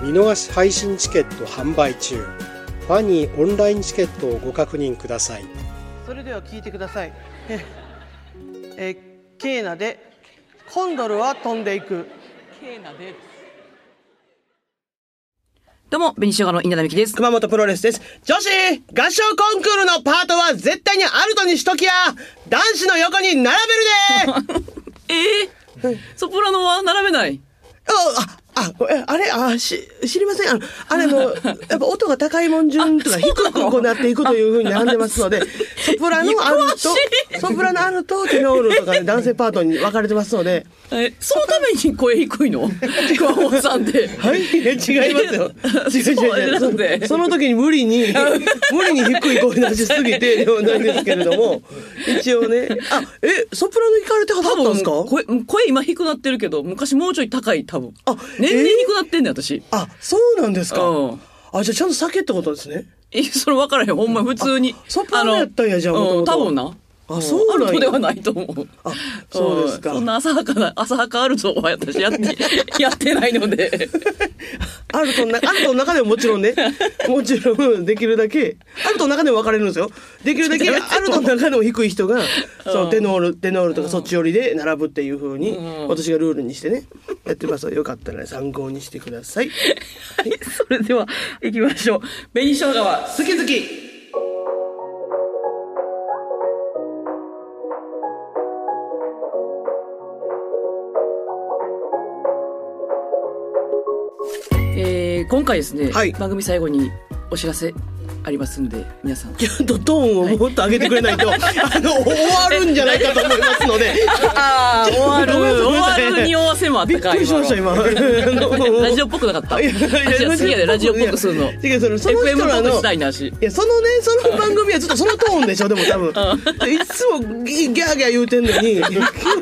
見逃し配信チケット販売中ファニーオンラインチケットをご確認くださいそれでは聞いてください えーえーケーナでコンドルは飛んでいくケーナでどうも、紅生姜の稲田美希です。熊本プロレスです。女子合唱コンクールのパートは絶対にアルトにしときや男子の横に並べるで ええソプラノは並べない。あ、あ、あごめんあれ、あ、し、知りません。あの、あれも、やっぱ音が高いもん順とかあそう低なのくこうなっていくというふうに並んでます ので、ソプラノアル詳しいト、ソプラノアルト、テノールとかね、男性パートに分かれてますので、え、そのために声低い の熊本さん って。はい違いますよ。違う違う違うそうなんでそその時に無理 に、無理に低い声出しすぎてではないんですけれど も、一応ね。あ、え、ソプラノ行かれては多ったんで分すか声、声今低くなってるけど、昔もうちょい高い、多分。あ年々えー低くなってんねん、私。あ、そうなんですかうん。あ、じゃあちゃんと酒ってことですね。え、それ分からへん、ほんま、普通に。あソプラノやったんやじゃあの元うん、々多分な。あそうなんやアルトではないと思う。あそうですかんそんな浅はかな、浅はかアルトは私や って、やってないので。アルトの中、アルトの中でももちろん ね、もちろんできるだけ、アルトの中でも分かれるんですよ。できるだけ、ちょっとやめてアルトの中でも低い人が、そうう、テノール、テノールとかそっち寄りで並ぶっていう風にうん、私がルールにしてね、やってますよかったらね、参考にしてください。はい、 それでは、行きましょう。紅生姜は好き好きえー今回ですね、はい番組最後にお知らせありますんで皆さんちゃんとトーンをもっと上げてくれないと、あの、終わるんじゃないかと思いますの で、ああ終わるごめんなさいご終めんなさいわるに合わせもあっびたっかくりしました、今今。あ のラジオっぽくなかったいやいや私は好きやでラジオっぽくするのいや違うそのその FM 人っらぽのくしたい なしいや、そのね、その番組はずっとそのトーンでしょ、でも多分。いつもギギャーギャー言うてんのに、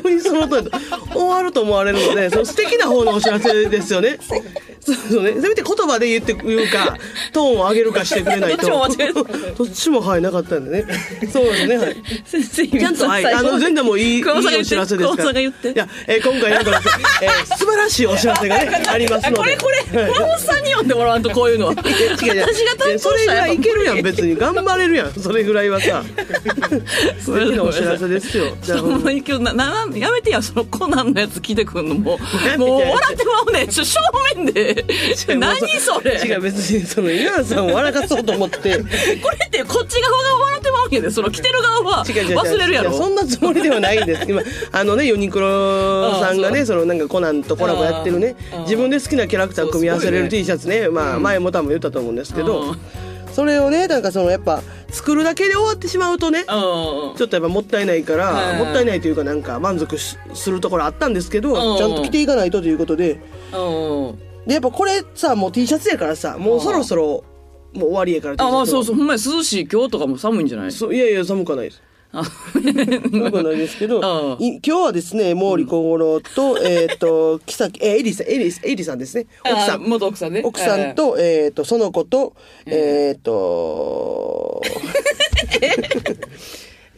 急にそのトーンで終わると思われるので、その素敵な方のお知らせですよね。そうそうね。せめて言葉で言って言うか、トーンを上げるかしてくれないと。 どっちも間違えどっちもはい、なかったんでね。そうですね、はい。先生ちゃんと、はい、あの、全然もういい、いい熊本さんが言おって知らせです熊本かさら。んが言っていや、えー今回なんかですね、えー素晴らしいお知らせがね、ありますので。 これこれ熊本さんに読んでもらわんとこういう のは私が違う違う担当それしぐたららいいけるやん別に頑張れるやんそれぐらいはさ素敵なお知らせですよじゃあほんまに今日なななやめてやそのコナンのやつ聞いてくんのも やめてうもう笑ってまうねんちょ正面で違うもう 何それ違う別にその稲田さんを笑かそうと思ってこれってこっち側が笑ってまうけどその来てる側は違う違う違う忘れるやろいそんなつもりではないんです今あのねユニクロさんがねそのなんかコナンとコラボやってるねあー自分で好きなキャラクター組み合わせれそうるすごい T シャツねまあ前も多分言ったと思うんですけうどんそれをねなんかそのやっぱ作るだけで終わってしまうとねうんちょっとやっぱもったいないから、はいもったいないというかなんか満足しするところあったんですけど、うんちゃんと着ていかないとということでうんでやっぱこれさもう T シャツやからさもうそろそろもう終わりやからあ、まあそうそうう、ほんまに涼しい今日とかも寒いんじゃないそういやいや寒くはないです あ寒くはないですけど うんい今日はですね毛利小五郎と、えっ、と木崎えーエリさんエリエリさんですね奥さあん 元奥さんね。奥さんと、えっ、と、その子と、えっ、 と、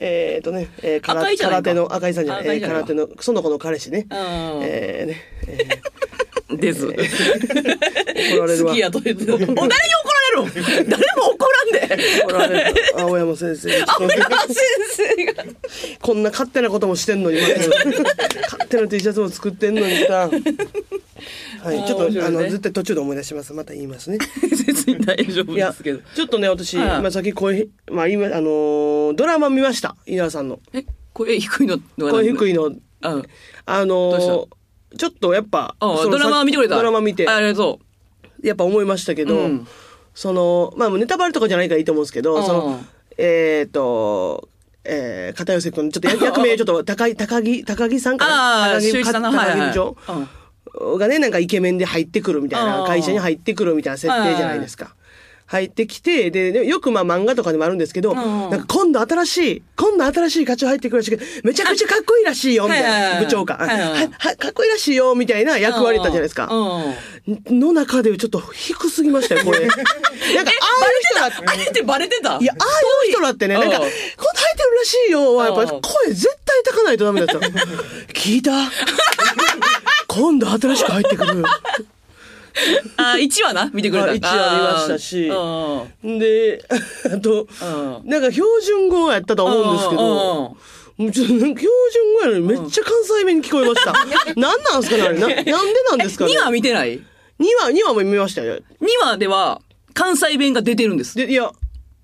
えっとね、えー、空赤いじゃないか空手の、赤井さんじゃない、赤え井じーゃない空手の、その子の彼氏ね。うえんーね、ええー。です。ー怒られるわ好き。やと 言ってた。お誰に怒られるの誰も怒らんで。怒られるわ青山先生にちょっと先生が。こんな勝手なこともしてん のに勝手な T シャツも作ってんのにさはいちょっ面と白あいねの絶対途中で思い出しますまた言いますね別に大丈夫いでやすけど。ちょっとね私、はいまあ、さっき声まあ今あのードラマ見ました稲田さんのえ、声低いのの声低いのの。うん。あのーどうちょっとやっぱあそのドラマは見てくれたドラマ見てあありがとやっぱ思いましたけど、うんそのまあネタバレとかじゃないからいいと思うんですけど、うんそのえっ、と。えー、 片寄君ちょっとや役名ちょっと高木高木高木さんかなあー高木周一さんのはいはい高木部長うんがね、なんかイケメンで入ってくるみたいあな、ー会社に入ってくるみたいな設定じゃないですか。入ってきて、で、でよくまあ漫画とかでもあるんですけど、んなんか今度新しい、今度新しい課長入ってくるらしいけど、めちゃくちゃかっこいいらしいよ、みたはいはいいはな、い部長が。はいはいははかっこいいらしいよ、みたいな役割だったじゃないですか。うんの中でちょっと低すぎましたよ、こ れ。なんか、ああいう人だ兄ってバレてたいや、ああいう人だってね、うんなんか、こう入ってるらしいよは、やっぱうんり声絶対高ないとダメだ った。聞いた今度新しく入ってくる。あ、1話な見てくれた。あ一話見ましたしうんうんで、あと、うなんか標準語やったと思うんですけど、うんうんもうちょっと標準語やのにめっちゃ関西弁に聞こえました。なんなんすかねあれな、なんでなんですかね2話見てない ?2 ?2 話、2話も見ましたよ。話では、関西弁が出てるんです。で、いや、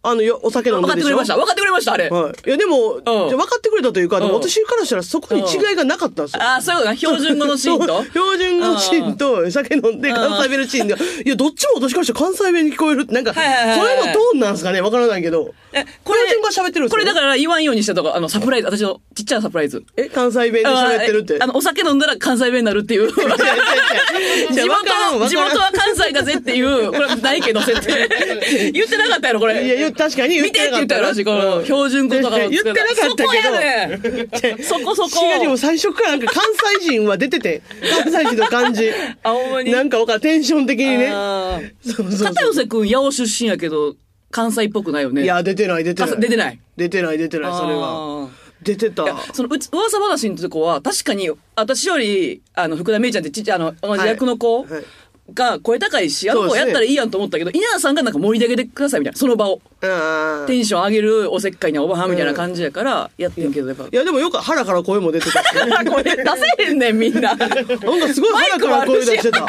あの、よお酒飲んで分かっでてくしれょました。分かってくれました、あれ。はい。いや、でも、じゃあ分かってくれたというか、でもうん私からしたらそこに違いがなかったんですよ。ああ、そういうことな。標準語のシーンそとう。標準語のシーンと酒飲んで関西弁のシーンが、いや、どっちも私からしたら関西弁に聞こえるって、なんか、そはいはいはいはいれのトーンなんですかねわからないけど。えこれ標準語喋ってるんですよこれだから言わんようにしたとか、あの、サプライズ、私のちっちゃなサプライズ。え、関西弁で喋ってるって。あの、お酒飲んだら関西弁になる っていう。地元いやいやいやいやわからんわ は、地からん元は関西だぜっていう、これはないけど設 定。言ってなかったやろ、これ。いや言う確かに言っ見てっててなか言っったたよやろ、私、この標準語とかの言ってなかったけどそこやねん。そこそこ。違う、でも最初からなんか関西人は出てて、関西人の感 じ。あ、ほんまに。なんかわからん、テンション的にね。あーそうそうそう片寄くん、八尾出身やけど、関西っぽくないよね。いや、出てない、出てな関い。西出てない。出てない、出てない、それは。あー。出てたい。やそのうち噂話のとこは確かに私よりあの福田芽衣ちゃんってちっちゃいあの同じ役の子はいはいが声高いしあのそ子うですやねったらいいやんと思ったけど稲田さんがなんか盛り上げてくださいみたいなその場をうんテンション上げるおせっかいなおばはんみたいな感じやからやってんけどやっぱいや、でもよく腹から声も出 てたし。なんこれ出せへんねんみ んなかすごいマイ腹クかもあら声る出ししてた。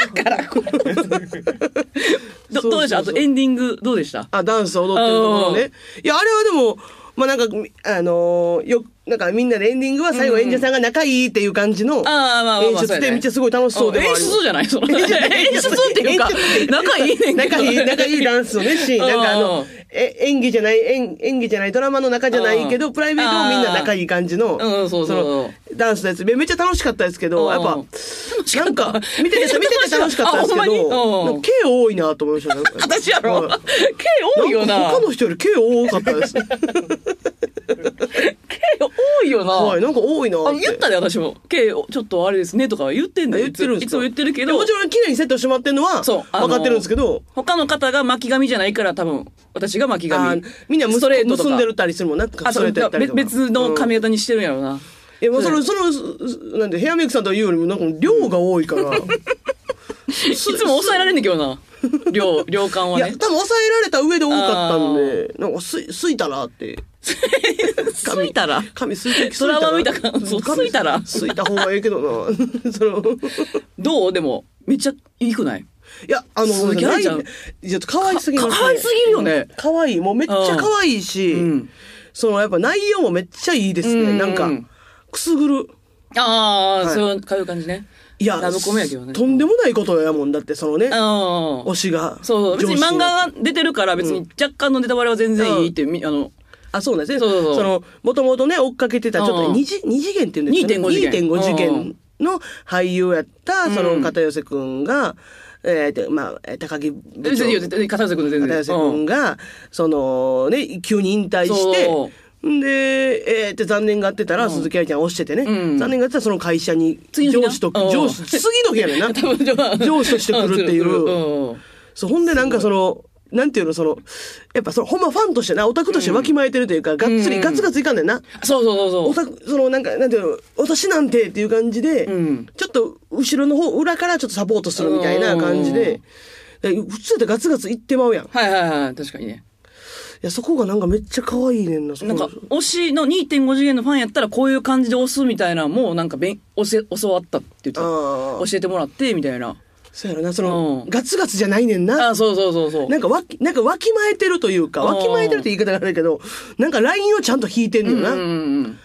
どどうでしたあとエンディングどうでしたあ、ダンス踊ってるところね。いや、あれはでも、まあなんか、みあのーよ、なんかみんなでエンディングは最後演者さんが仲いいっていう感じのあーまあまあまあ演出そうやで、ねめっちゃすごい楽しそうでんはあり演出じゃないその演出っていうか演出仲いいねんけど仲いい、仲いいダンスのね、シーン。なんかあうのん、え演技じゃない演、演技じゃない、ドラマの中じゃないけうど、んプライベートもみんな仲いい感じの、うんうんそうそうのダンスのやつ。めめっちゃ楽しかったですけど、やっぱうん、なんか、見てて、見てて楽しかったんですけ あほんまにうんど、なんか K 多いなと思いましたね。私やろはい K 多いよんかな他の人より K 多かったです。 K 多いよなはい、なんか多いなあって。言ったで私も「K ちょっとあれですね」とか言ってんだよ言ってるんですかいつも言ってるけいやどもちろん綺麗にセットしてもらってるのは、そう分かってるんですけど、他の方が巻き髪じゃないから多分私が巻きあ髪ーみんなス結トレートとか結んでるったりするもんな、あストそレうートやったりとか。別の髪型にしてるんやろうな、いや、まあ、その、そのす、なんで、ヘアメイクさんというよりも、なんか量が多いから。いいつも抑えられんねんけどな量量感はや、ね多分抑えられた上で多かったんあで、なんか、す、すいたらって。ついたら髪すいてそらま見た感想髪すいたらすいた方がええけどな。 その、どうでもめっちゃいいくないいや、あの、すげえないじゃんいや、可愛すぎます、か可愛すぎるよね可愛いもうめっちゃ可愛いし、うんその、やっぱ内容もめっちゃいいですうね。んなんか、くすぐる。ああ、はいそうかいう感じねいや、ラブコメやけどねとんでもないことやもんだって、そのね、ああ推しが。そう別に上司漫の画が出てるから別に若干のネタバレは全然いいって、みあのあ、そうなんですね。そうそうそうの、もともとね、追っかけてた、ちょっうとん二次、二次元って言うんですかね。 2.5次元2.5次うん元の俳優やった、そうんの、片寄せくんが、えーでまあえー、高木部長。別にいいよ絶対片寄君で全片然寄せくんが、その、ね、急に引退してそ、んで、えーって残念があってたら、鈴木愛ちゃん押しててね、うん残念があってたらその会社に、次の日な上司と、うん上司、次の日やねん な。多分上司として来る っていん来る来るう。んそう、ほんでなんかその、なんていうの、その、やっぱその、ほんまファンとしてな、オタクとしてわきまえてるというか、がっつり、ガツガツいかんねんな。そうそうそうそうオタク、そのなんか、なんていうの、私なんてっていう感じで、んちょっと後ろの方、裏からちょっとサポートするみたいな感じで、で普通でガツガツいってまうやん。いはいはいはい、確かにね。や、そこがなんかめっちゃ可愛いねんな、そこなんか、推しの2.5次元のファンやったら、こういう感じで押すみたいな、もうなんかべん、教え、教わったって言ってたあー教えてもらって、みたいな。そうやろな、その、うんガツガツじゃないねんな。あーそうそうそうそう。なんかわき、なんかわきまえてるというか、うんわきまえてるって言い方があるけど、なんかラインをちゃんと引いてんのよな。うんうんうん。こ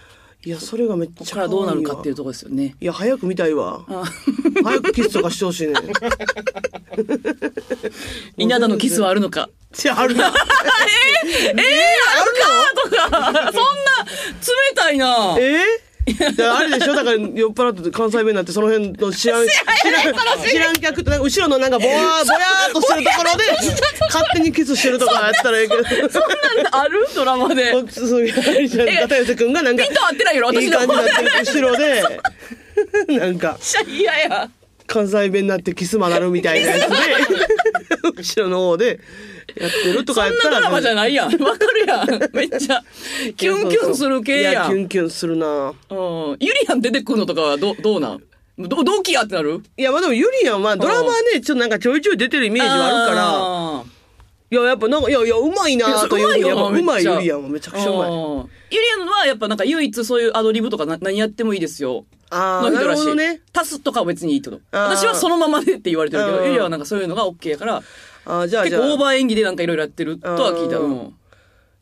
いや、それがめっこちゃか可愛らいわどうなるかっていうところです よね。いや、早く見たいわ。あ早くキスとかしてほし いね。稲田のキスはあるのか。いや、あるな。ええー、あるかとか、そんな、冷たいな。えー であれでしょだから酔っ払って関西弁になってその辺の知らん、知らん、知らん客ってなんか後ろのなんかぼわー、ぼやーっとしてるとこ ろで、勝手にキスしてるとかやったらええけど。あるドラマで。僕そういうあれじゃんえ片寄君がなんか、いピンと合ってないよ私いの感じになってる後ろで、なんか、めっちゃ嫌や。関西弁になってキスマなるみたいなやつ で、後ろの方でやってるとかそやっんなたら。ドラマじゃないやん。わかるやん。めっちゃ。キュンキュンする系いやキュん。ンキュンするなうんゆりやん出てくるのとかはどどうなんど同期やってなるいや、まあでもユリアンはドラマはね、ちょっとなんかちょいちょい出てるイメージはあるから、あーいや、やっぱなんか、いやいや、うまいなというふうに、やっぱうまいユリアンはめちゃくちゃうまい。うんゆりやんはやっぱなんか唯一そういうアドリブとかな何やってもいいですよ。ああ、のな人るらほしいどね。足すとかは別にいいってこと。あー私はそのままでって言われてるけうど、んゆりやんはなんかそういうのが OK やから、ああ、じゃあ、じ結ゃ構オーあ、バー演技でなんかいろいろやってるとは聞いた。うんうん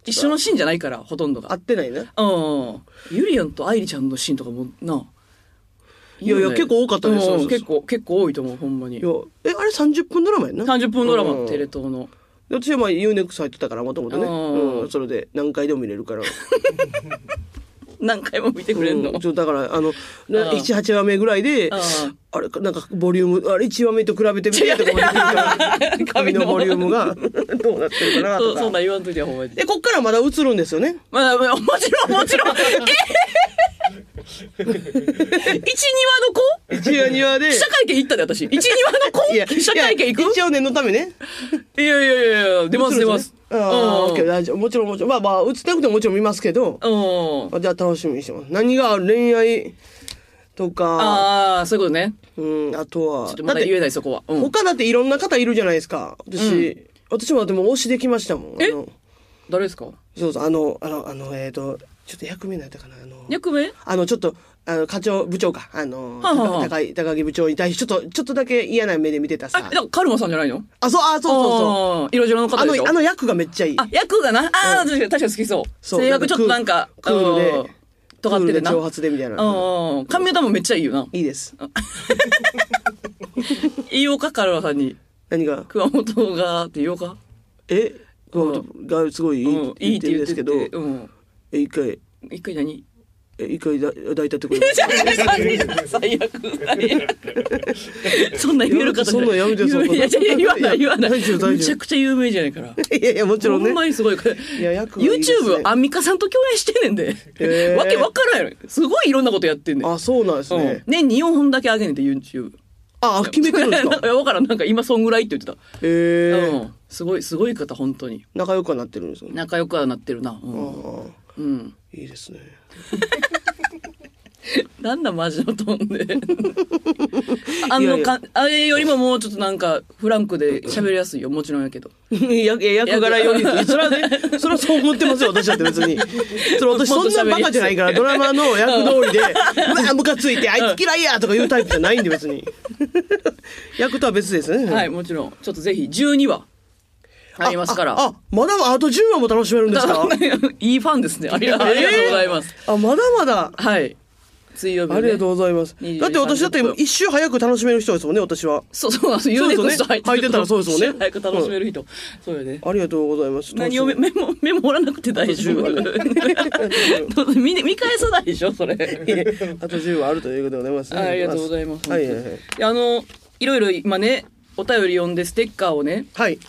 一緒のシーンじゃないから、ほとんどが合っ。てないね。うん。ゆりやんと愛梨ちゃんのシーンとかもな。いやいや結構多かったですうんそうそうそう結構、結構多いと思う、ほんまにいや。、え、あれ30分ドラマやんな。 30分ドラマ、うんテレ東の。私はまあ UNEX 入ってたから、もともとね。うんうん、それで何回でも見れるから。何回も 見てくれんの。うんちょだからあのん78話目ぐらいでんあれなんかボリュームあれ1話目と比べてみてとかもできるから 髪髪ののボリュームが どうなってるかなそとうそかんなん言わんといてほんまに。でこっからまだ映るんですよねまあ、まあもちろん、もちろん。え 一、二話の子1話2話で記者会見行ったで、私。一、二話の子記者会見行いや一応念のためねくいやいやいやいや、出ます出ます。映るんですねあうーん OK 大丈夫もちろんもちろんまあまあ映ってなくてももちろん見ますけどうん。あじゃあ楽しみにしてます何が恋愛とかああ、そういうことね。うんあとはちょっとまだ言えない、そこは。うん。他だっていろんな方いるじゃないですか私私もだってもう推しできましたもんあの誰ですかそうそう、あの、あの、あの、えっ、と、ちょっと役名なんやったかな、あの、役名あの、ちょっと、あの、課長、部長か、あの、はいはいはい高い、高木部長に対して、ちょっと、ちょっとだけ嫌な目で見てたあ、さだか。らカルマさんじゃないのあ、そう、あ、そうそうそう。そう。色白のあ方でしょの、あの役がめっちゃいい。あ、役がな。ああ、確かに確かに好きそう。そう性格ちょっとなんか、クールでうん尖ってるな。クールで挑発でみたいなうんうん。髪型もめっちゃいいよな。いいです。言おうか、カルマさんに。何が、熊本がって言おうか。え、熊本がすごいいい,、うんいいって言うんですけど、いいって言え、一って回、うん。一回何 え、一回だ抱いたってこと最悪、最悪。そんな言える方じゃない。やめてそんなやめていやいやいや言わない、言わない。大丈夫大丈夫めちゃくちゃ有名じゃないから。いやいや、もちろんほねん。まにすごい。や役はいいですね YouTube、アンミカさんと共演してんねんで。へーわけわからんやろ。すごいいろんなことやってんねん。あ、そうなんですね。年に4本だけ上げねんて YouTube。あ、決めてるんですか いやわからん。なんか今そんぐらいって言ってた。えうー、ん。すごい、すごい方、本当に。仲良くはなってるんですよね。仲良くはなってるな。うん。あうん。ーいい ですね。なんだマジの飛んで。あのかあれよりももうちょっとなんかフランクで喋りやすいよ。もちろんやけど。役役柄より それはねそれはそう思ってますよ私だって別 にそれ私もそっとんなバカじゃないからドラマの役通り で「うわムカついてあういんつ嫌いや!」とか言うタイプじゃないんで別 に役とは別ですねはい、もちろん。ちょっとぜひ12話ありますから。ああまだあと10話も楽しめるんです かいいファンですね。ありがありがとうございます。あまだまだはい。水曜日、ね。ありがとうございます23だって私だって一周早く楽しめる人ですもんね私はそうそうなんです。ユそうーでネすよねクスト入って入ってたらそうですよね早く楽しめる人。そうよね。ありがとうございます何をメメモ、メモおらなくて大丈夫。どうぞ見見返さないでしょ、それ。あ と10話あるということでございますありがとうございます。はいはいはいいやあの、いろいろ今ね、お便り読んでステッカーをね、はい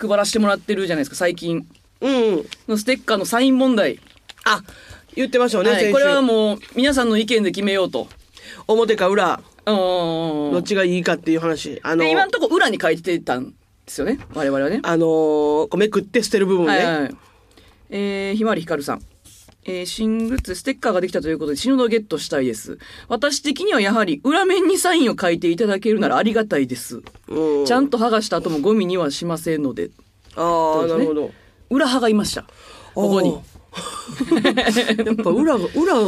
配らせてもらってるじゃないですか、最近。うんのステッカーのサイン問題。あ言ってましたよね、は先い、週これはもう、皆さんの意見で決めようと。表か裏うーんどっちがいいかっていう話。あので、、今のとこ裏に書いてたんですよね、我々はね。あのー、こうめくって捨てる部分ね。はいはいはい。えー、ひまわりひかるさん。えー、新グッズ、ステッカーができたということで、死ぬのをゲットしたいです。私的にはやはり、裏面にサインを書いていただけるならありがたいです。うちゃんと剥がした後もゴミにはしませんので。ああ、そうですなねるほど。裏派がいました。ここに。あー。やっぱ裏が、裏、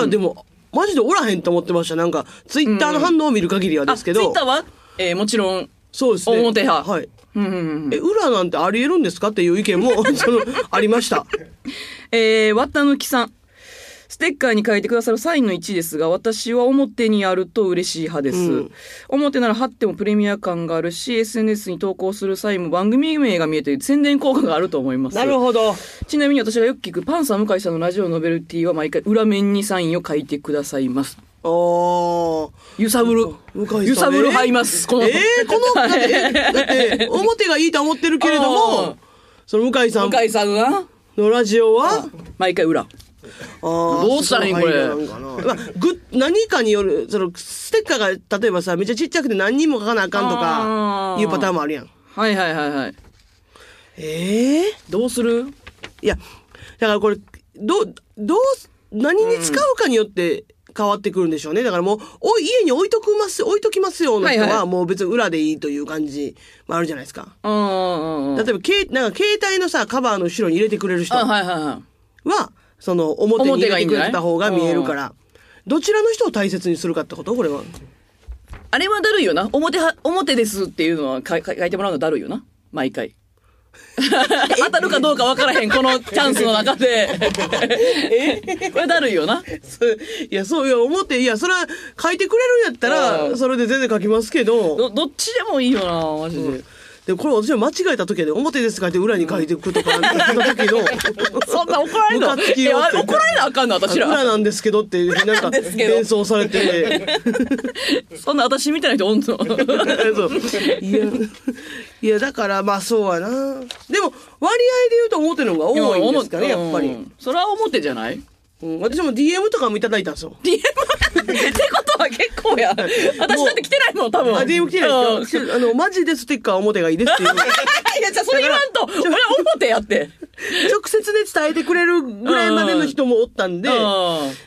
裏でも、マジでおらへんと思ってました。なんか、ツイッターの反応を見る限りはですけツイど。ッターは、えーもちろん、そうですね。表派はい。うんうんうんえ、裏なんてありえ るんですかっていう意見も、その、ありました。えー、綿貫さん。ステッカーに書いてくださるサインの1ですが、私は表にあると嬉しい派です。うん表なら貼ってもプレミア感があるし、SNS に投稿する際も番組名が見えて宣伝効果があると思います。なるほど。ちなみに私がよく聞くパンサー向井さんのラジオノベルティは毎回裏面にサインを書いてくださいます。おー。揺さぶる。向井さんね揺さぶる入ります。この。ええこの、だって、えだって、表がいいとは思ってるけれどうもん、その向井さん向井さんがのラジオは、毎回裏。どどうしたらいいんこれまあ、ぐ何かによるそのステッカーが例えばさめっちゃちっちゃくて何人も書かなあかんとあかーいうパターンもあるやん。はいはいはいはい。ええどうするいやだからこれどうどう何に使うかによって変わってくるんでしょうねだからもうお家に置いとくます置いときますよの人はいははいもう別に裏でいいという感じもあるじゃないですか。うんうんうんう例ん。えばけいなんか携帯のさカバーの後ろに入れてくれる人あ、は、はいはいはい。その表に入れてくれた方が見えるか表がいいんじゃらどちらの人を大切にするかってことこれは。 あれはだるいよな。表は、表ですっていうのはかか書いてもらうのだるいよな。毎 回。当たるかどうか分からへん、このチャンスの中で。 これだるいよな。そういや、そういや、思って、いや、それは書いてくれるんやったら、うんそれで全然書きますけど、ど、どっちでもいいよな、マジで。でもこれ私は間違えた時やで、表です書いて裏に書いていくとか、言った時の、そんな怒られるのムカつきよいやって怒られなあかんの、 私裏ら。なんですけどって、なんか、ですけど連想され て、そんな私みたいな人おんの。 そういや、いや、だから、まあそうやな。でも、割合で言うと表の方が多いんですかね、うんやっぱり。。うんそれは表じゃないうん私も DM とかもいただいたんですよ。 ?DM ってことは結構や。私だって来てないもん、多分。あ、DM 来てないですうんよ。あの、マジでステッカーは表がいいですっていう。 いや、じゃあそれ言わんと。俺は表やって。直接ね、伝えてくれるぐらいまでの人もおったんで、うん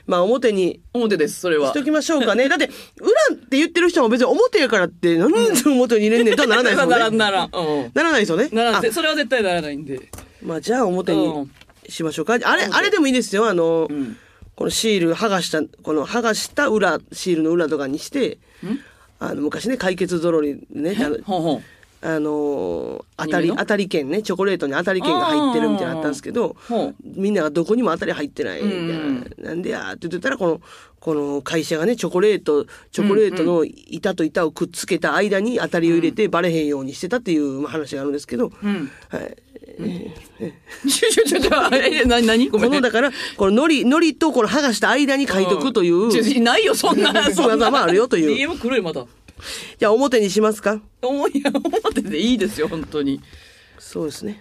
まあ表に表です、それはし。ときましょうかね。だって、裏って言ってる人も別に表やからって、なんで表に入れんねんとはならないですよね。ならんならん。うん。ならないですよね。ならんあで、それは絶対ならないんで。まあじゃあ表うにんしましょうか。あれ、あれでもいいですよ。あの、んこのシール剥がした、この剥がした裏、シールの裏とかにして、あの昔ね、解決ゾロリね、あのほんほん。あのー当たアニメり、の当たり券ね、チョコレートに当たり券が入ってるみたいなのあったんですけどあーほう、みんながどこにも当たり入ってないみたいな、うんなんでやーって言ってたら、この、この会社がね、チョコレート、チョコレートの板と板をくっつけた間に当たりを入れてバレへんようにしてたっていうまあ話があるんですけど、んはい、ちょちょちょちょ、え、なになにごこめん。の、だから、この海苔、海苔とこの剥がした間に書いとくという、ちょいちょないよ、そんな。そんなまあまああるよという DM 来るよ、また。や、表にしますか思いや、表でいいですよ、本当に。そうですね。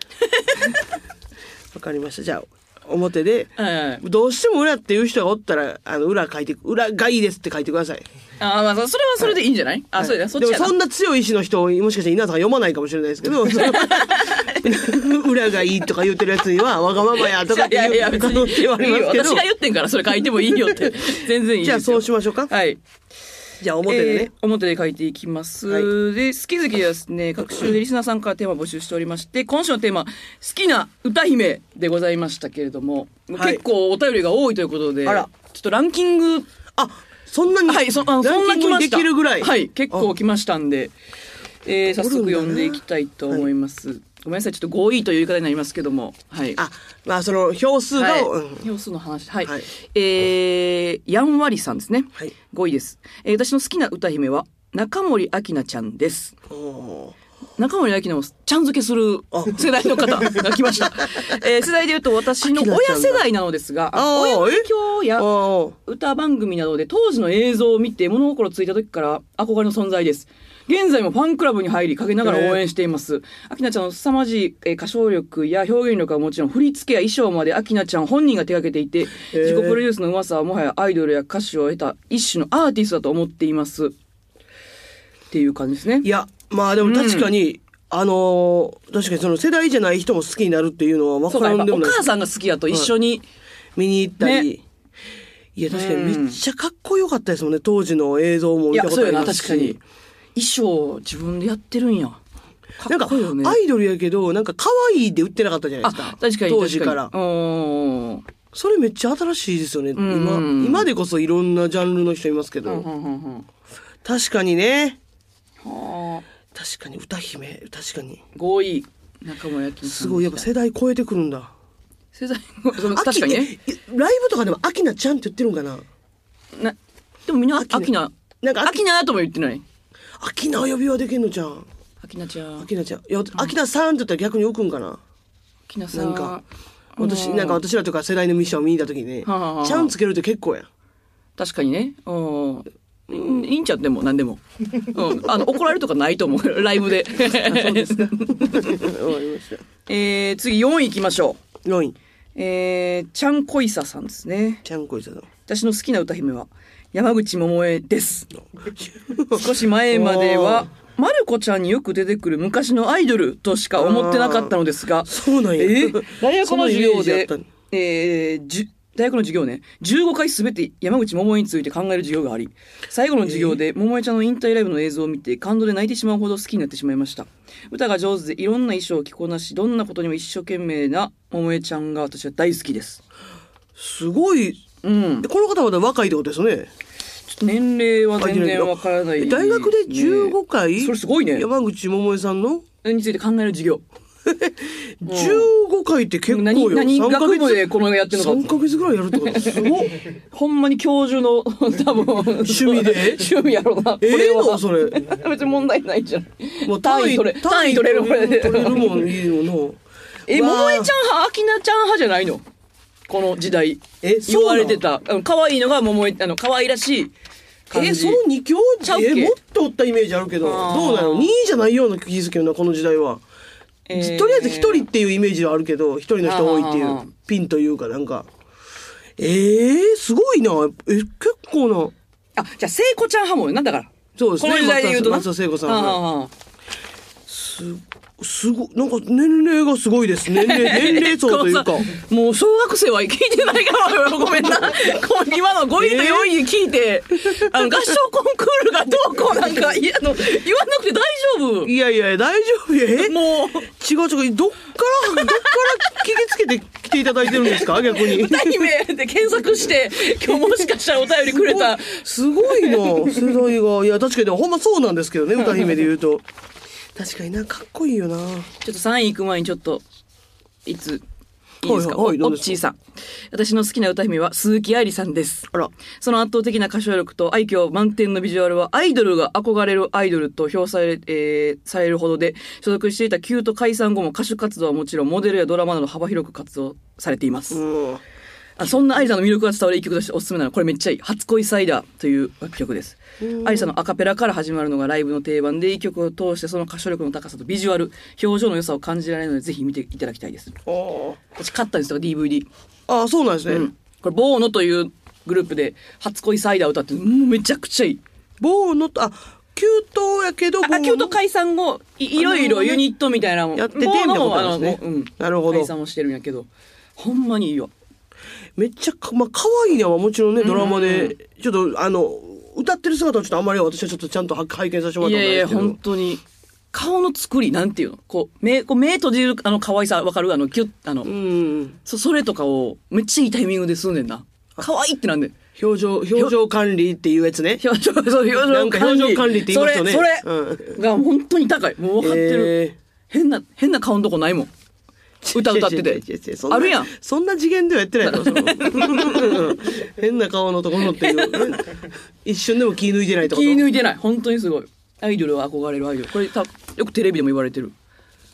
わかりました。じゃあ、表で、はいはい。どうしても裏っていう人がおったら、あの、裏書いて、裏がいいですって書いてください。あーまあ、そそれはそれでいいんじゃないあ、そうだね。そっでちもやなそんな強い意志の人、もしかしたら稲田さんが読まないかもしれないです けど、その 裏がいいとか言ってるやつには、わがままやとかっいてやいいや、う別可に能性はありますいいけよど私が、言ってんから、それ書いてもいいよって。全然いいですよ。じゃあそうしましょうか。はい。じゃあ表でね。えー表で書いていきます。はいで、好き好きではです ね、各週でリスナーさんからテーマを募集しておりまして、今週のテーマ、好きな歌姫でございましたけれども、はい結構お便りが多いということで、あらちょっとランキング、あ、そんなに、はい、そあのラそんンなキ来ングまでした。きるぐらい。はい、結構来ましたんで、えー早おるんだな速読んでいきたいと思います。ごめんなさい、ちょっと5位という言い方になりますけども、はい。あ、まあその、票数が、はいうん票数の話。はい。はいえー、やんわりさんですね。はい5位です。えー私の好きな歌姫は、中森明菜ちゃんです。おー中森明菜をちゃん付けする世代の方が来 ました。えー世代で言うと私の明菜ちゃん親だ世代なのですが、あーあ親え教やおー歌番組などで当時の映像を見て物心ついた時から憧れの存在です。現在もファンクラブに入り陰ながら応援しています。アキナちゃんの凄まじいえー歌唱力や表現力はもちろん振り付けや衣装までアキナちゃん本人が手掛けていて、へー自己プロデュースのうまさはもはやアイドルや歌手を得た一種のアーティストだと思っています。っていう感じですねい。や、まあでも確かに、あのー確かにその世代じゃない人も好きになるっていうのはそ分からうか、やっぱんでおもない母さんが好きやと一緒に、見に行ったり。ねいや、確かにめっちゃかっこよかったですもんね。当時の映像もい見やた、こそとうありやな、ます確し。かに。衣装自分でやってるんや。かなんっかこいいよね。、アイドルやけど、なんか可愛いで売ってなかったじゃないあ、ですか。確かに確かに。当時からう。ーん。それめっちゃ新しいですよね。んうん今、今でこそいろんなジャンルの人いますけど。うんうんうん確かにね。はあ。確かに、歌姫、確かに。 5位。中村明菜さん。すごい、やっぱ世代超えてくるんだ。世代のそのア確キかにね。ライブとかでもアキナちゃんって言ってるんかななでもみんな、秋秋菜菜。なんか秋秋菜とも言ってない。アキナ呼びはできんのじゃん。秋菜ちゃアん。キナちゃん。いや、アキナさんって言ったら逆に浮くんかな秋菜さ。なんんか、私、うんなんか私らとか世代のミッションを見に行った時に、ちはあはあはあゃんつけると結構やん。確かにね。うん。うんいいんちゃうでも、なんでも。うん。あの、怒られるとかないと思う。ラ イブで。わかりました。 えー、次4位いきましょう。 4位、えー、ちゃんこいささんですね。ちゃんこいさんの。私の好きな歌姫は、山口百恵です。少し前までは、まる子ちゃんによく出てくる昔のアイドルとしか思ってなかったのですが、そうなんや。えー大学の授業 そんなイメージやっでたの、えーじゅ大学の授業ね、15回すべて山口百恵について考える授業があり、最後の授業で百恵ちゃんの引退ライブの映像を見て感動で泣いてしまうほど好きになってしまいました。歌が上手でいろんな衣装を着こなし、どんなことにも一生懸命な百恵ちゃんが私は大好きです。すごい、うん。この方はまだ若いってことですよね。ちょっと年齢は全然わからない、え大学で15回、ねそれすごいね。山口百恵さんのについて考える授業。 15回って結構よ。何、何3ヶ学月部でこのやってるの3か。ヶ月ぐらいやるってことす ごっほんまに教 授の、多分。趣味で趣味やろうな。こええれはのそれ。 別に問題ないじゃん。もう単位取れ、単位取れるこれで。取れるもん、いいよな。 え、わあ桃江ちゃん派、秋菜ちゃん派じゃないのこの時代。えそ言うなわのれてた。うん可愛いのが桃江、あの、可愛らしい感じ。え、その二強ちゃうっけえ、もっとおったイメージあるけど、あーどうなの ?2 位じゃないような気づけどな、この時代は。えーとりあえず一人っていうイメージはあるけど、一人の人多いっていあーう、ピンというかなんか。えー、すごいな。え、結構な。あ、じゃあ聖子ちゃん派もよなんだから。そうですねこの時代で言うとな。松田聖子さんはあはあはあすご、なんか年齢がすごいです。年 齢、年齢層というかこ。のさもう小学生は聞いてないから ごめんな。こう今の5位と4位聞いて、あの合唱コンクールがどうこうなんかいやあの言わなくて大丈夫。いやいや、大丈夫よ。えも違うう違う。どっから、どっから聞きつけて来ていただいてるんですか逆に。歌姫で検索して今日もしかしたらお便りくれた。すごいな世代がいや確かにほんまそうなんですけどね歌姫で言うと確かになかっこいいよなちょっと3位行く前にちょっと、いつ、いいですか、はいはいおどおうっですかちーさん。私の好きな歌姫は鈴木愛理さんです。あらその圧倒的な歌唱力と愛嬌満点のビジュアルはアイドルが憧れるアイドルと評され、えーされるほどで、所属していたキュート解散後も歌手活動はもちろんモデルやドラマなど幅広く活動されています。うんあそんなアリさんの魅力が伝わる一曲としておすすめなのこれめっちゃいい「初恋サイダー」という楽曲ですアリさんのアカペラから始まるのがライブの定番で一曲を通してその歌唱力の高さとビジュアル表情の良さを感じられるのでぜひ見ていただきたいです私買ったんですよ DVD、ああそうなんですね、うん、これボーノというグループで「初恋サイダー」歌ってもうめちゃくちゃいいボーノとあキュートやけどボーあノ急と解散後いいろいろユニットみたいなのもやっててボーノもみたいなことなんですねあのもううんなるほど解散をしてるんやけどほんまにいいよめっちゃか、まあ、可愛いのはもちろんねドラマで、ちょっとあの歌ってる姿はちょっとあんまり私はちょっとちゃんと拝見させてもらったこといやないいでやすけど本当に顔の作りなんていうのこう目こう目閉じるあの可愛さわかるあのキュッあの、うんそそれとかをめっちゃいいタイミングですんねんな可愛いってなんで表情表情管理っていうやつね表情そう表情管理なんか表情管理って言いますよねそれそれ、うが本当に高いもう分かってる、えー変な変な顔のとこないもん歌歌ってて違う違う違う違うそなあるやんそんな次元ではやってないのその変な顔のところっていう一瞬でも気抜いてないってこ気と抜いてない本当にすごいアイドルは憧れるアイドルこれたよくテレビでも言われてる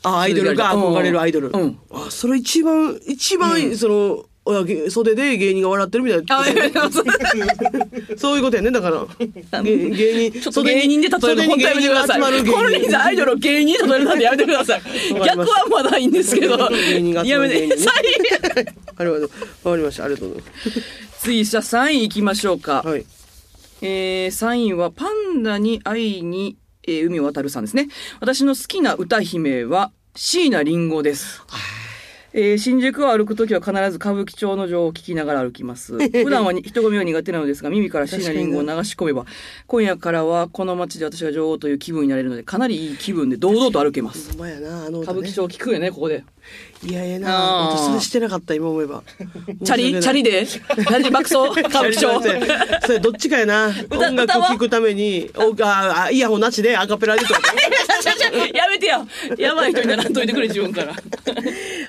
あアイドルが憧れるアイドル、うんあそれ一番一番、そのおやげ袖で芸人が笑ってるみたいなあいやいやそうそういうことやねだから芸芸人ちょっと芸人で例えるの本当やめてください。袖に芸人が集まるこの芸人人アイドルを芸人で例えるなんてやめてください。ました逆はまだいいんですけど。芸人が集やまるめ芸人ねて。最悪ありがとうわかりましたありがとうございます次、じゃあ3位行きましょうか。はいえー、3位はパンダに会いに、えー海を渡るさんですね。私の好きな歌姫は椎名林檎です。えー新宿を歩くときは必ず歌舞伎町の情を聞きながら歩き ます。普段はに人混みは苦手なのですが、耳から椎名林檎を流し込めば、今夜からはこの街で私が女王という気分になれるので、かなりいい気分で堂々と歩けます。ほんまやなあの歌ね歌舞伎町聞くよね、ここで。いやいやなあー私それしてなかった今思えばチャリチャリでチャリで爆走歌舞伎町。 それどっちかやな。歌音楽を聴くために、おああイヤホンなしで アカペラでとか。やめてよやばい人にならんといてくれ、自分から。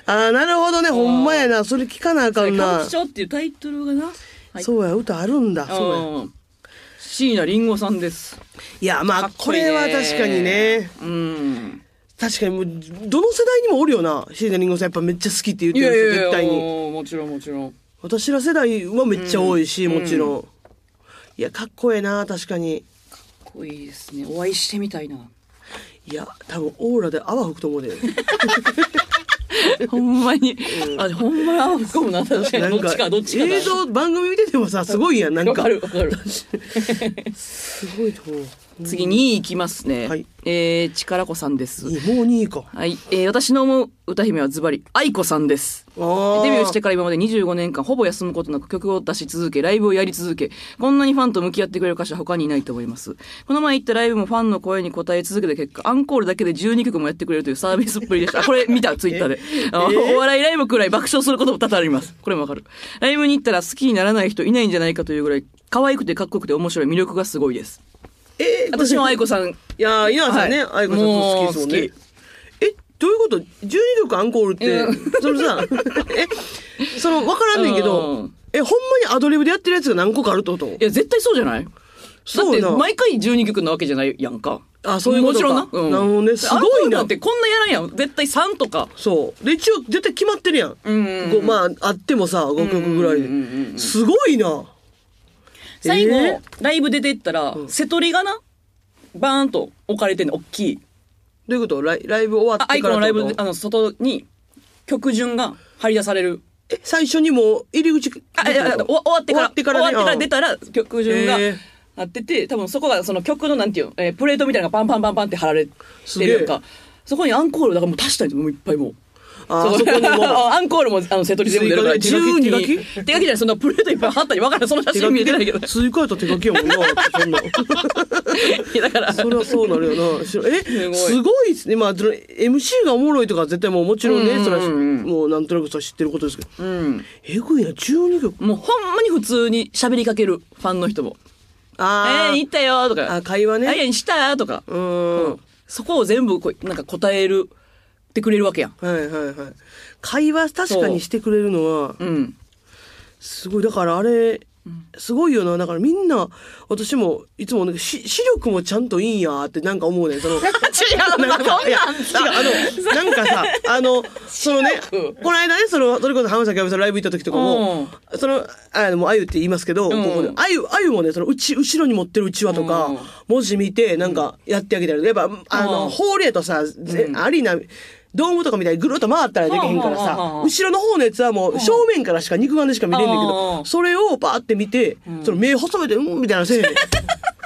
ああ、なるほどね。ほんまやな。それ聞かなあか歌んな舞伎。町っていうタイトルがな。はいそうや、歌あるんだ。そうや。うん。椎名林檎さんです。いや、まかあっ、ここいいねれは確かにね。うん。確かにもう、どの世代にもおるよな。シーダリンゴさんやっぱめっちゃ好きって言っいてやるいや人、いや絶対に。もうもちろんもちろん。私ら世代はめっちゃ多いし、うんもちろん。いや、かっこええな、確かに。かっこいいですね。お会いしてみた いな。いや、多分オーラで泡吹くと思う で。ほんまに。あ、ほんまに泡吹くもんな。確かに。どっちか、どっちかだ。映像、番組見ててもさ、すごいやん。なんわかか、るわかる。すごいと思う。次に行きますね。はいえー、力子さんです。いいもう2位か。はい。えー、私の思う歌姫はズバリ、愛子さんです。デビュデビューしてから今まで25年間ほぼ休むことなく曲を出し続け、ライブをやり続け、こんなにファンと向き合ってくれる歌手は他にいないと思います。この前行ったライブもファンの声に応え続けた結果、アンコールだけで12曲もやってくれるというサービスっぷりでした。あこれ見 た、ツイッターで。あお笑いライブくらい爆笑することも多々あります。これもわかる。ライブに行ったら好きにならない人いないんじゃないかというぐらい、可愛くてかっこよくて面白い魅力がすごいです。え私も愛子ささん、ん。いやー、稲葉さんね、はい愛子さん好きですもんねもう好。え、どういうこと ?12 曲アンコールって、うそれさ、え、その、わからんねんけうどん、え、ほんまにアドリブでやってるやつが何個かあるってこといや、絶対そうじゃないだっそうてな。毎回12曲なわけじゃないやんか。あそういうことかもちろんな。なるほどねすごいなアルコールなんてこんなやらんやん。絶対3とか。そう。で、一応絶対決まってるやん。んこうまあ、あってもさ、5曲ぐらいで。すごいな。最後、えライブ出てったら、瀬戸りがな、バーンと置かれてんの、大きい。どういうことライライブ終わっあ、アてイかコらのライブってで、こあの、外に、曲順が張り出される。とえ、最初にもう入り口。あ、いやいや終わ終わってから、終わってからね終わってから出たら、曲順がへえ、なってて、多分そこがその曲のなんていうの、えープレートみたいなのがパンパンパンパンって貼られてるやんすか。そこにアンコールだからもう足したいんですもういっぱいもう。あそこにも。アンコールも あのセトリ全部出るから追加で手書き自由に手手書きじゃないそんなプレートいっぱい貼ったりわからんその写手真書見きえてないけでど追加やったら手書きやもんなそんないやだからそれはそうなるよな しろえごいすごいですねまあその MC がおもろいとか絶対もうもちろんねそれはしもうなんとなくそれは知ってることですけど うんえぐいな12曲もうほんまに普通に喋りかけるファンの人も「えあー、ー行ったよ」とかあ会話「何ね々した?」とか、うーんそこを全部こうなんか答えるってくれるわけやん。はいはいはい会話確かにしてくれるのはうん、すごいだからあれすごいよなだからみんな私もいつもなんかし視力もちゃんといいんやってなんか思うねんその違うなんか、いや、違う、あの、なんか さ、あの、そのね、この間ね、その、それこそ浜崎あゆみさんのライブ行った時とかも、その、あの、もうあゆって言いますけど、んここで、あゆ、あゆもね、その、うち、後ろに持ってるうちわとかうん、文字見て、なんか、やってあげたり、やっぱ、あうんの、ホールやとさ、ぜアリーナ、ドームとかみたいにぐるっと回ったらできへんからうんうんうんうんさう、ん後ろの方のやつはもう正面からしか肉眼でしか見れんねんけうど、んそれをパーって見て、その目細めて、うん、みたいなせい で、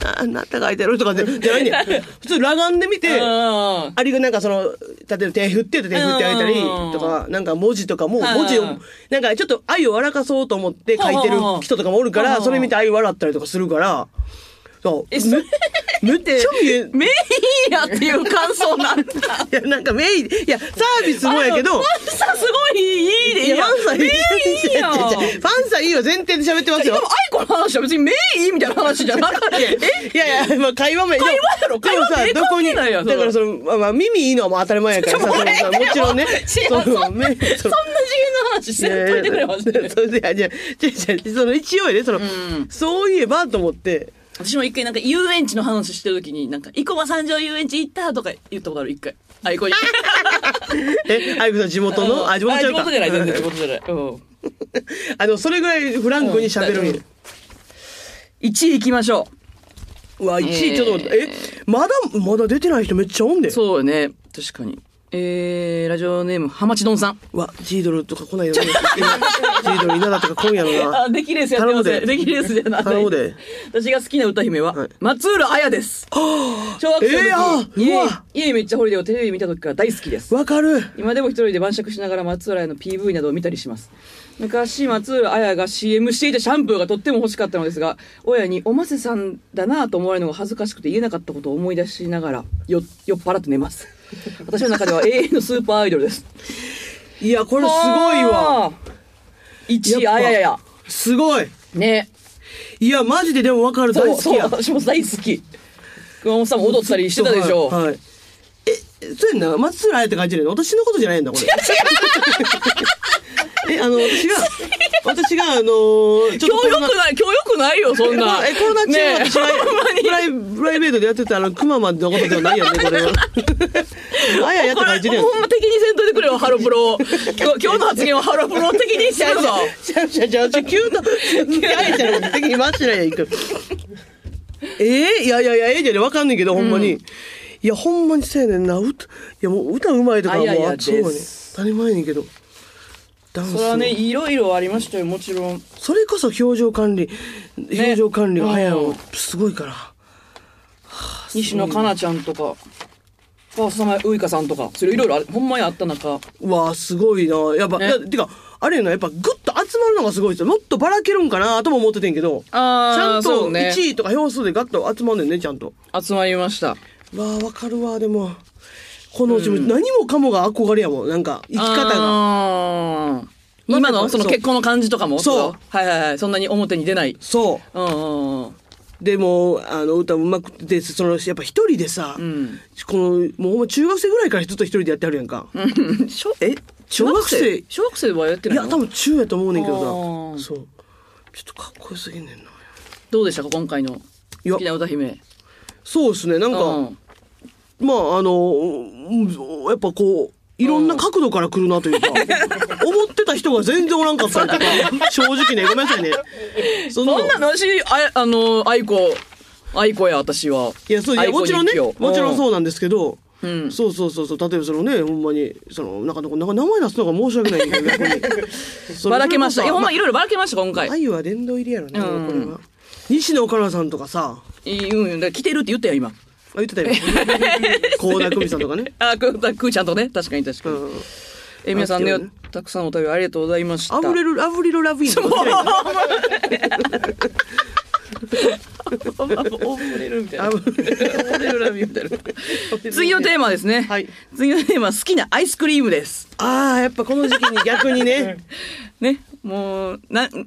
あ、なんて書いてあるとかじゃじゃないねん。普通裸眼で見て、うんあれがなんかその、例えば手振ってて手振ってあげたりうんとか、なんか文字とかも、ん文字を、なんかちょっと愛を笑かそうと思って書いてる人とかもおるかうんうら、んそれ見て愛笑ったりとかするから、そう。えそれめめっちゃ見え、目いいやっていう感想なんだいや、なんかメイン、いや、サービスもやけあどのワ、ンさんすごいいいでいいいややんファンさんいい目いいやん違う違う違うファンさんいいよ、前提で喋ってますでもよ。愛子の話は別に目いいみたいな話じゃなくてえいやいや、まあ会話も会会話やろでもさ会話、でどこに、関係ないやんそれだからその、まあまあ耳いいのはもう当たり前やからさ、ちそょのもうええもちろんね、違うそんなのねそそんのな次元の話せんといてくれまそすれでいやじゃじゃじゃその一応やねその、そういえばと思って私も一回なんか遊園地の話してる時になんか「生駒三条遊園地行った」とか言ったことある一回あいこにえ愛子さん地元のあ地元ちゃうかあ地元じゃない全然地元じゃないうんあのそれぐらいフランクに喋るんや、 1位行きましょうわ一え位ーちょっと待ってえまだまだ出てない人めっちゃおんでうそうね確かにえー、ラジオネームハマチドンさんうわ ジードルとか来ないよね今ジードル稲田とか今夜のなあできレースやってませ頼んむでできレースじゃない頼むで私が好きな歌姫は、はい松浦綾です小学生えーのあ時、う家わ家めっちゃホリデーをテレビ見た時から大好きで すわかる今でも一人で晩酌しながら松浦綾の PV などを見たりします昔松浦綾が CM していたシャンプーがとっても欲しかったのですが親に「おませさんだな」と思われるのが恥ずかしくて言えなかったことを思い出しながらよ酔っ払って寝 ます私の中では永遠のスーパーアイドルですいやこれすごいわ1位やっぱあややすごいねいやマジででもわかるそ大う好きそうや私も大好き熊本さんも踊ったりしてたでしょ、はい、えそうやんな、松浦綾って感じるの私のことじゃないんだ、こ れ。え、あの、私 が、私が、あのー、ち今日コロよナくない、今日よくないよ、そんな。え、コロナ中ねえ私プライプライベートでやってたあの、くままのことではないよね、これ は。あややってこれ感じるやん。ほんま敵にせんといてくれよ、ハロプ ロを。今日今日の発言はハロプロを敵にしちゃうぞ。ちゃうちゃうちゃうちゃう、急な、あやちゃんの敵に回してないやん、行く。えー、いやいやいや、ええじゃねわかんねんけど、ほんまに。いや、ほんまにせやねんな、歌、いやもう歌うまいとかはもう、あいやいやあそうねで。当たり前ねんけど。ダンスそれはね、いろいろありましたよ、もちろん。それこそ表情管理、表情管理が早いの、すごいから。西野カナちゃんとか、川瀬様ウイカさんとか、それいろいろあるほんまにあった中。うわあすごいなやっぱ、ねいやてかあれやなやっぱグッと集まるのがすごいですよもっとばらけるんかなとも思っててんけどちあーゃんそとうね1位とか票数でガッと集まんねんねちゃんと集まりました。わあわかるわでもこのうちも何もかもが憧れやもんなんか生き方がが。今のその結婚の感じとかもそうはいはいはい。そんなに表に出ない。そうんうんうん。うでもあの歌もうまくてそのやっぱ一人でさ、んこのもうほんま中学生ぐらいからずっと一人でやってはるやんか、小え小学生小学生はやっていないやの多分中やと思うねんけあどーさそうちょっとかっこよすぎんねんなどうでしたか今回のいや好きな歌姫そうですねなんか、うんまああのうんやっぱこういろんな角度から来るなと いうか、思ってた人が全然おらんかったりとか正直ねごめんなさいねそそんなの私ああの愛子愛子や私はいやそういや愛子もにちろんね一票もちろんそうなんですけど、うんそうそうそうそう例えばそのねほんまにそのなんかなんか名前出すのが申し訳ないんだけ ど逆にそのばらけましたいやほんまあいろいろばらけました今回あゆは殿堂入りやろね、うんこれは西野カナさんとかさあいいうんだから来てるって言ったよ今言ってたよ 倖田來未さんとかねあく くーちゃんとね確かに確かに、うんえ皆さんあね来てるねたくさんお便りありがとうございましたアブリルアブリル・ラビーンとかねあおぶれるみたい な あぶおぶれるラビみたいな次のテーマですね、はい次のテーマ好きなアイスクリームですああやっぱこの時期に逆にねね、もう、な、何回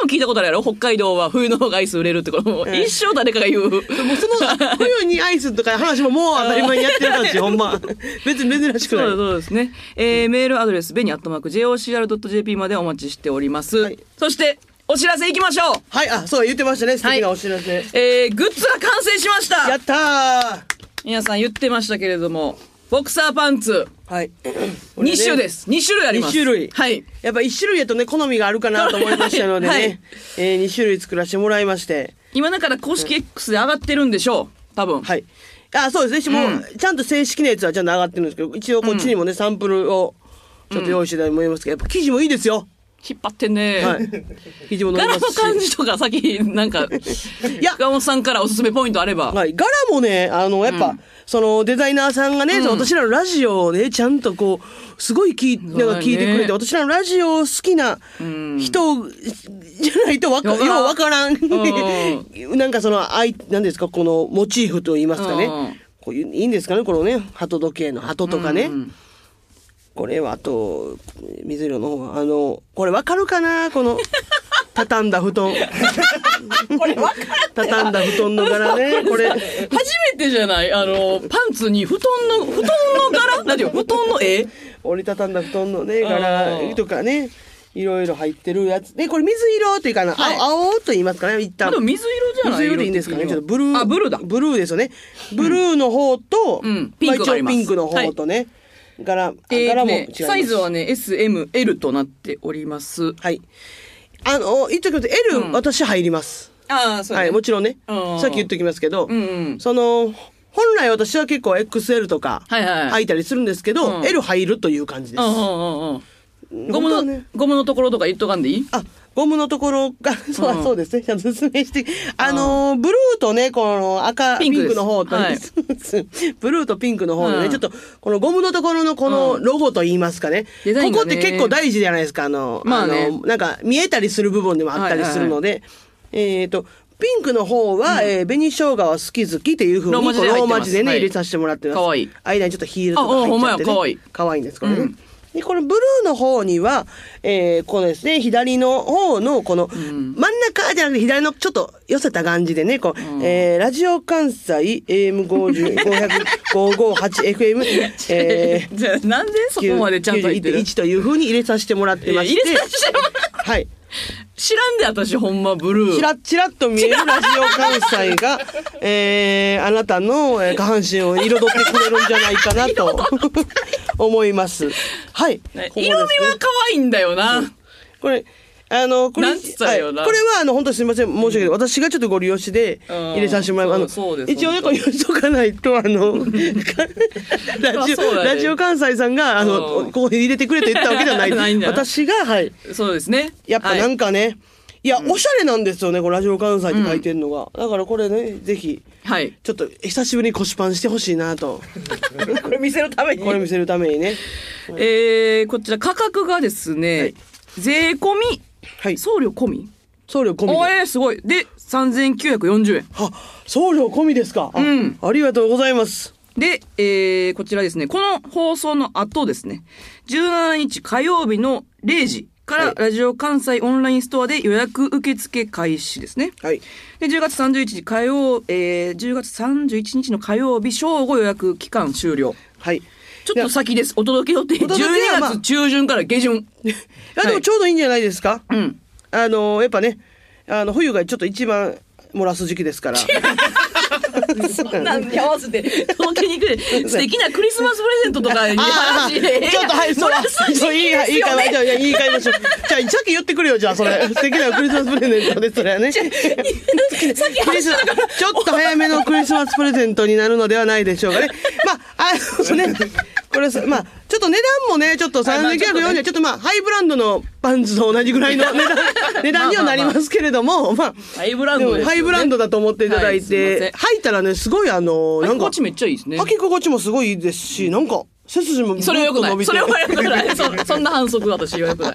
も聞いたことあるやろ北海道は冬の方がアイス売れるってこと、もうええ一生誰かが言 う。そ の冬にアイスとか話ももう当たり前にやってる感じほん ま別に珍しくそうないそうですね。えー、メールアドレス、ベニアットマーク、jocr.jp までお待ちしております。はいそして、お知らせいきましょうはいあそう言ってましたね素敵なはおい知らせ、えー、グッズが完成しましやったた皆さん言ってましたけれども、ボクサーパンツ、ー はい2種です。2種類あります。二種類はい。やっぱ一種類やとね好みがあるかなと思いましたのでね、 はいはいえー、2種類作らせてもらいまして今だから公式 X で上がってるんでしょう多分。はいあそうですねもう、ちゃんと正式なやつはちゃんと上がってるんですけど一応こっちにもね、サンプルをちょっと用意してたと思いますけどやっぱ生地もいいですよ、引っ張ってんね。はい生地も伸び柄まのすし感じとかさっきなんかいや岡本さんからおすすめポイントあれば、はい、柄もね、あの、やっぱ、そのデザイナーさんがね、その私らのラジオをね、ちゃんとこう、すごい聞いなんか聞いてくれて、そうだね私らのラジオを好きな人じゃないとわか、わからんようわからん。うなんかその、あい、なんですか、このモチーフと言いますかうんね。こういう、いいんですかね、このね、鳩時計の鳩とかね。これは、あと、水色の方が、あの、これわかるかなこ の、畳んだ布団。これわかる畳んだ布団の柄ね。これ。初めてじゃないあのパンツに布団の布団の 柄なんていうの布団の絵折りたたんだ布団のねあ柄ーとかねいろいろ入ってるやつでこれ水色というかな、はい青青と言いますかね一あ旦でも水色じゃない水色でいいんですかね色ちょっ的とブにはルーあブルーだブルーですよねブルーの方と、うんピンクがあります一応ピンクの方とね、柄え柄ーも違いねま、す、サイズはね SML となっておりますはいあの言っとくと L、うん私入ります、ああそう、ねはいもちろんねうんさっき言っときますけど、うんうんその本来私は結構 XL とかはいはいはい履いたりするんですけど、うん L 入るという感じです、うんうんうんうんゴ本当ムの、はねゴムのところとか言っとかんでいいあ、ゴムのところが、 そうう、んそうですね。ちゃんと説明して。あのー、ブルーとね、この赤、ピピンンクですクの方とね、はい ブルーとピンクの方のね、うんちょっと、このゴムのところのこのうんロゴと言いますかね。デザインこがこっねて結構大事じゃないですか、あの、まあねの、なんか見えたりする部分でもあったりするので、えっ、と、ピンクの方は、えー、紅生姜は好き好きっていう風に、ローマ字で入ってまこすうローマ字でね、はい入れさせてもらってます。可愛い間にちょっとヒールとか入っちゃって、ね。あうんほんまや可愛い可愛いんです、これね。うんでこのブルーの方には、えーこのですね、左の方の、この、真ん中じゃなくて左のちょっと寄せた感じでね、こう、えーラジオ関西 AM50、500,558FM、えー、 じゃあなんでそこまでちゃんと言ってる91というふうに入れさせてもらってまして。いや入れさせてもらっはい。知らんで私ほんまブルーチラッチラッと見えるラジオ関西が、えー、あなたのえー下半身を彩ってくれるんじゃないかなと 思います。はい。ねここですね色味は可愛いんだよな、これ、あの、これ、なんつったらいいよなはいこれは、あの、本当にすみません、申し訳ない。私がちょっとご利用しで、うん入れさせてもらいます。あの、そうそうです一応ね、こう言っとかないと、あ の、ラジそうだオ、ねラジオ関西さんが、あの、うんここに入れてくれと言ったわけではない。 ないんだな私が、はい。そうですねやっぱなはいんかね、い、や、おしゃれなんですよね、こうラジオ関西って書いてるのが。だからこれね、ぜひ、はいちょっと久しぶりに腰パンしてほしいな と。これ見せるためにこれ見せるためにね。えー、こちら価格がですね、はい税込み、はい。送料込み送料込みで。おえー、すごいで3940円あ、送料込みですか。あうんありがとうございます。で、えー、こちらですね、この放送の後ですね、17日火曜日の0時から、はいラジオ関西オンラインストアで予約受付開始ですね。はい。で、10月31日火曜、えー、10月31日の火曜日正午予約期間終了。はい。ちょっと先です。お届け予定。お届けは12まあ月中旬から 下旬。あ、ではもいちょうどいいんじゃないですか。うん。あの、やっぱね、あの、冬がちょっと一番漏らす時期ですから。そんなんに合わせて届けに行く。素敵なクリスマスプレゼントとかにああ話で。ちょっとはい、そそらら、そうですよ、いい、いい会話、ね。じゃあ、いい会話しよう。じゃあ、さっき言ってくれよ、じゃあ、それ。素敵なクリスマスプレゼントで、それはね。クリスマスちょっと早めのクリスマスプレゼントになるのではないでしょうかね。まあ、あのね、これさ、まあ、ちょっと値段もね、ちょっとはいまあちょっとね3940円、ちょっとまあ、ハイブランドのパンツと同じぐらいの値 段、値段にはなりますけれども、まあ、ハイブランドでもですよねハイブランドだと思っていただいはいすいませてん、履いたらね、すごいあの、なん履か。き心地めっちゃいいですね。履き心地もすごいですし、なんか、背筋もぐっそれはよとくな伸びい。てそれはよ くない。そそんな反則私はよくない。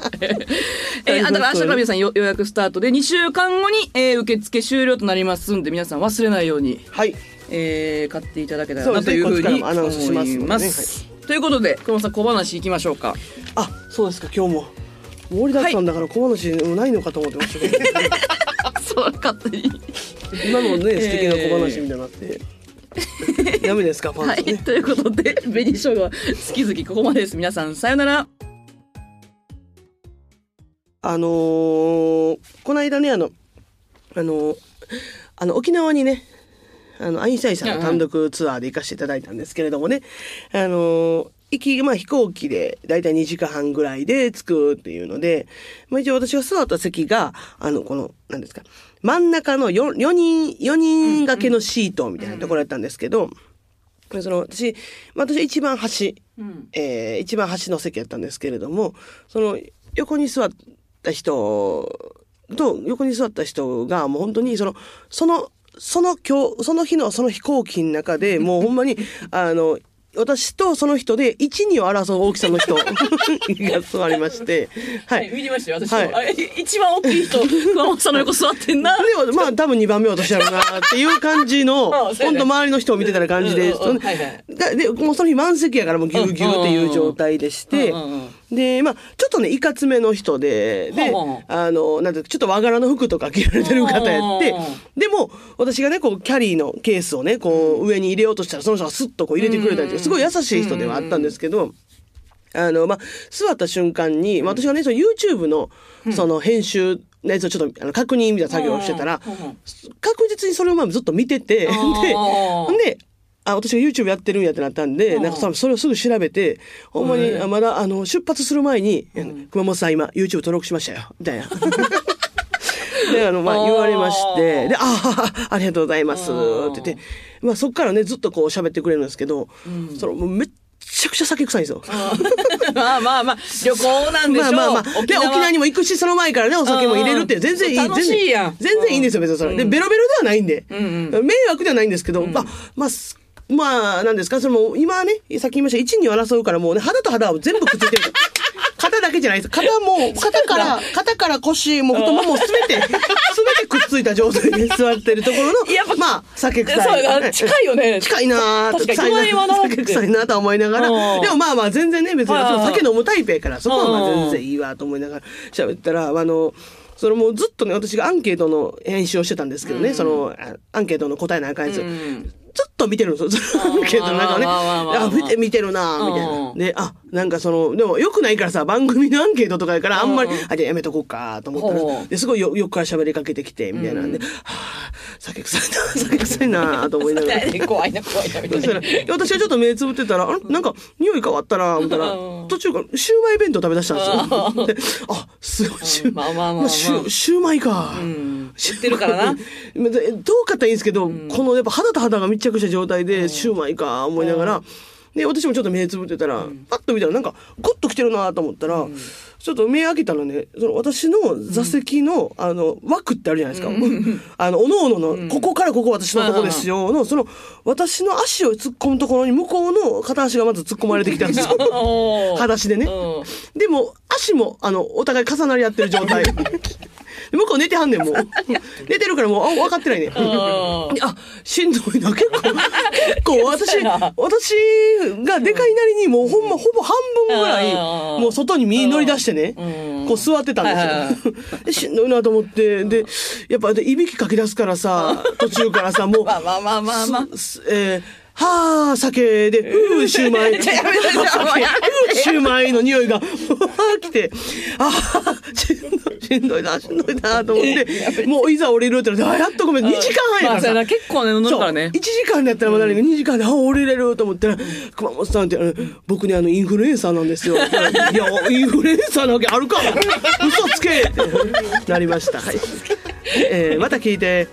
えー、あだから明日から皆さんよ予約スタートで、2週間後に、えー受付終了となりますんで、皆さん忘れないように、はい。えー買っていただけたらそうなですとねいうふこっちうからにもア思ナウンスしますいのでねます。ということで、久保さん小話いきましょうか。あ、そうですか、今日も。盛りだくさんだから小話もないのかと思ってましたけど、そう、勝手に。今のね、素敵な小話みたいになって。ダメ ですか、パンはツい。ね。ということで、紅しょうが好き好きここまでです。皆さん、さよなら。あのー、この間ね、あの、あのー、あの、沖縄にね、あの、アインシュタインさんの単独ツアーで行かせていただいたんですけれどもね、あのー、行き、まあ飛行機でだいたい2時間半ぐらいで着くっていうので、まあ一応私が座った席が、あの、この、なんですか、真ん中の 4, 4人、4人掛けのシートみたいなところだったんですけど、でその私、まあ、私は一番端、えー一番端の席やったんですけれども、その横に座った人と、横に座った人がもう本当にその、その、その今日、その日のその飛行機の中でもうほんまに、あの、私とその人で1、2を争う大きさの人が座りまして、はい。見てましたよ、私はいも。あ一番大きい人、熊本さんの横座ってんな。でもまあ多分2番目落としやろうなっていう感じう の、んそうやほんねと周りの人を見てたら感じで、うんうんそのはいはいがで、もうその日満席やからもうぎゅうぎゅうっていう状態でしてうんうんうん、で、まあちょっとね、いかつめの人で、でほうほう、あの、なんていうかちょっと和柄の服とか着られてる方やってうんうんうん、でも、私がね、こう、キャリーのケースをね、こう、上に入れようとしたら、その人がスッとこう入れてくれたりとか、すごい優しい人ではあったんですけど、あの、まあ、座った瞬間に、まあ私がね、その YouTube の、その編集のやつをちょっとあの確認みたいな作業をしてたらうんうんうん、確実にそれをまあずっと見てて、で、あーほんで、あ、私が YouTube やってるんやってなったんで、なんかそそれをすぐ調べて、ほんまに、あまだ、あの、出発する前に、熊本さん今 YouTube 登録しましたよ、みたいな。 で、あの、まあ、あー言われまして、で、ああ、ありがとうございます、って言って、まあ、そっからね、ずっとこう喋ってくれるんですけど、その、もうめっちゃくちゃ酒臭いんですよ。まあまあまあ、旅行なんでしょまあう。まあまあ。で、沖縄にも行くし、その前からね、お酒も入れるって、うん全然いい。全楽しいやん然全然いいんですよ、別にそれ。で、ベロベロではないんで。迷惑ではないんですけど、まあ、まあ、すまあ、なんですか、それも、今はね、さっき言いました、一に争うから、もうね、肌と肌を全部くっついてる。 肩だけじゃないです。肩も、肩から、肩から腰、もう太ももすべて、すべてくっくっついた状態で座ってるところの、やっぱまあ、酒臭そうい、やな近いよね近いなー確かに臭い隣はなな酒臭いなとは思いながら、うんでもまあまあ全然ね、別にはいはいはい私も酒飲むタイプやから、そこはまあうん全然いいわと思いながら喋ったら、あの、それもうずっとね、私がアンケートの編集をしてたんですけどね、その、あアンケートの答えなんかですよ。うんちょっと見てるんですよ。アンケートの中をね。あーまあまあまあまああ、見て、見てるなうんみたいな。で、あ、なんかその、でも良くないからさ、番組のアンケートとかやから、あんまりうんう、んあ、じゃあやめとこうか、と思ったほら、うですごいよ、よくから喋りかけてきて、みたいなんで、はぁ、酒臭いな、酒臭いな、と思いながら。怖いな怖いなみそ したら私はちょっと目つぶってたら、あれなんか匂い変わったな、みたいなうん。途中からシューマイ弁当食べ出したんですよ。であ、すごい、シューまあまあまあまあシュシューマイか。ん知ってるからなまあ でどうかったらいいんですけど、このやっぱ肌と肌が密着した状態で、シューマイか思いながら、で、私もちょっと目つぶってたら、パッと見たらなんか、ゴッと来てるなと思ったら、ちょっと目開けたらね、その私の座席の、あの、枠ってあるじゃないですか。 あの、おのおのの、ここからここ私のとこですよの、その、私の足を突っ込むところに向こうの片足がまず突っ込まれてきたんです よ。おー裸足でね。うんでも、足も、あの、お互い重なり合ってる状態。で向こう寝てはんねん、もう。寝てるからもう、あ、分かってないね。うんあ、しんどいな、結構。結構 私、やな私がでかいなりに、もうほんま、ほぼ半分ぐらい、うんもう外に身乗り出してね、うんこう座ってたんですよ。でしんどいなと思って、で、やっぱ、でいびきかき出すからさ、途中からさ、もう、まあまあまあまあま あすえーはあ、酒で、うー、シューマ イ。うー、や めてもうやシューマイの匂いが、ふわー来て、あーしんどい、しんどいな、しんどいな、と思って、もういざ降りるってなって、あ、やっとごめん、2時間半やまからあそうさや。な結構ね乗るからね1時間だったらまだね、2時間で、あ、降りれると思ったら、熊本さんって、あの僕ね、あの、インフルエンサーなんです よ。いや、インフルエンサーなわけあるか嘘つけってなりました。はい。えーまた聞いて。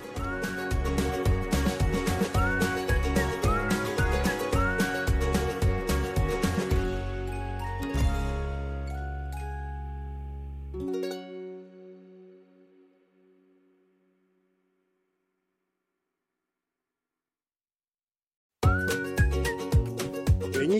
紅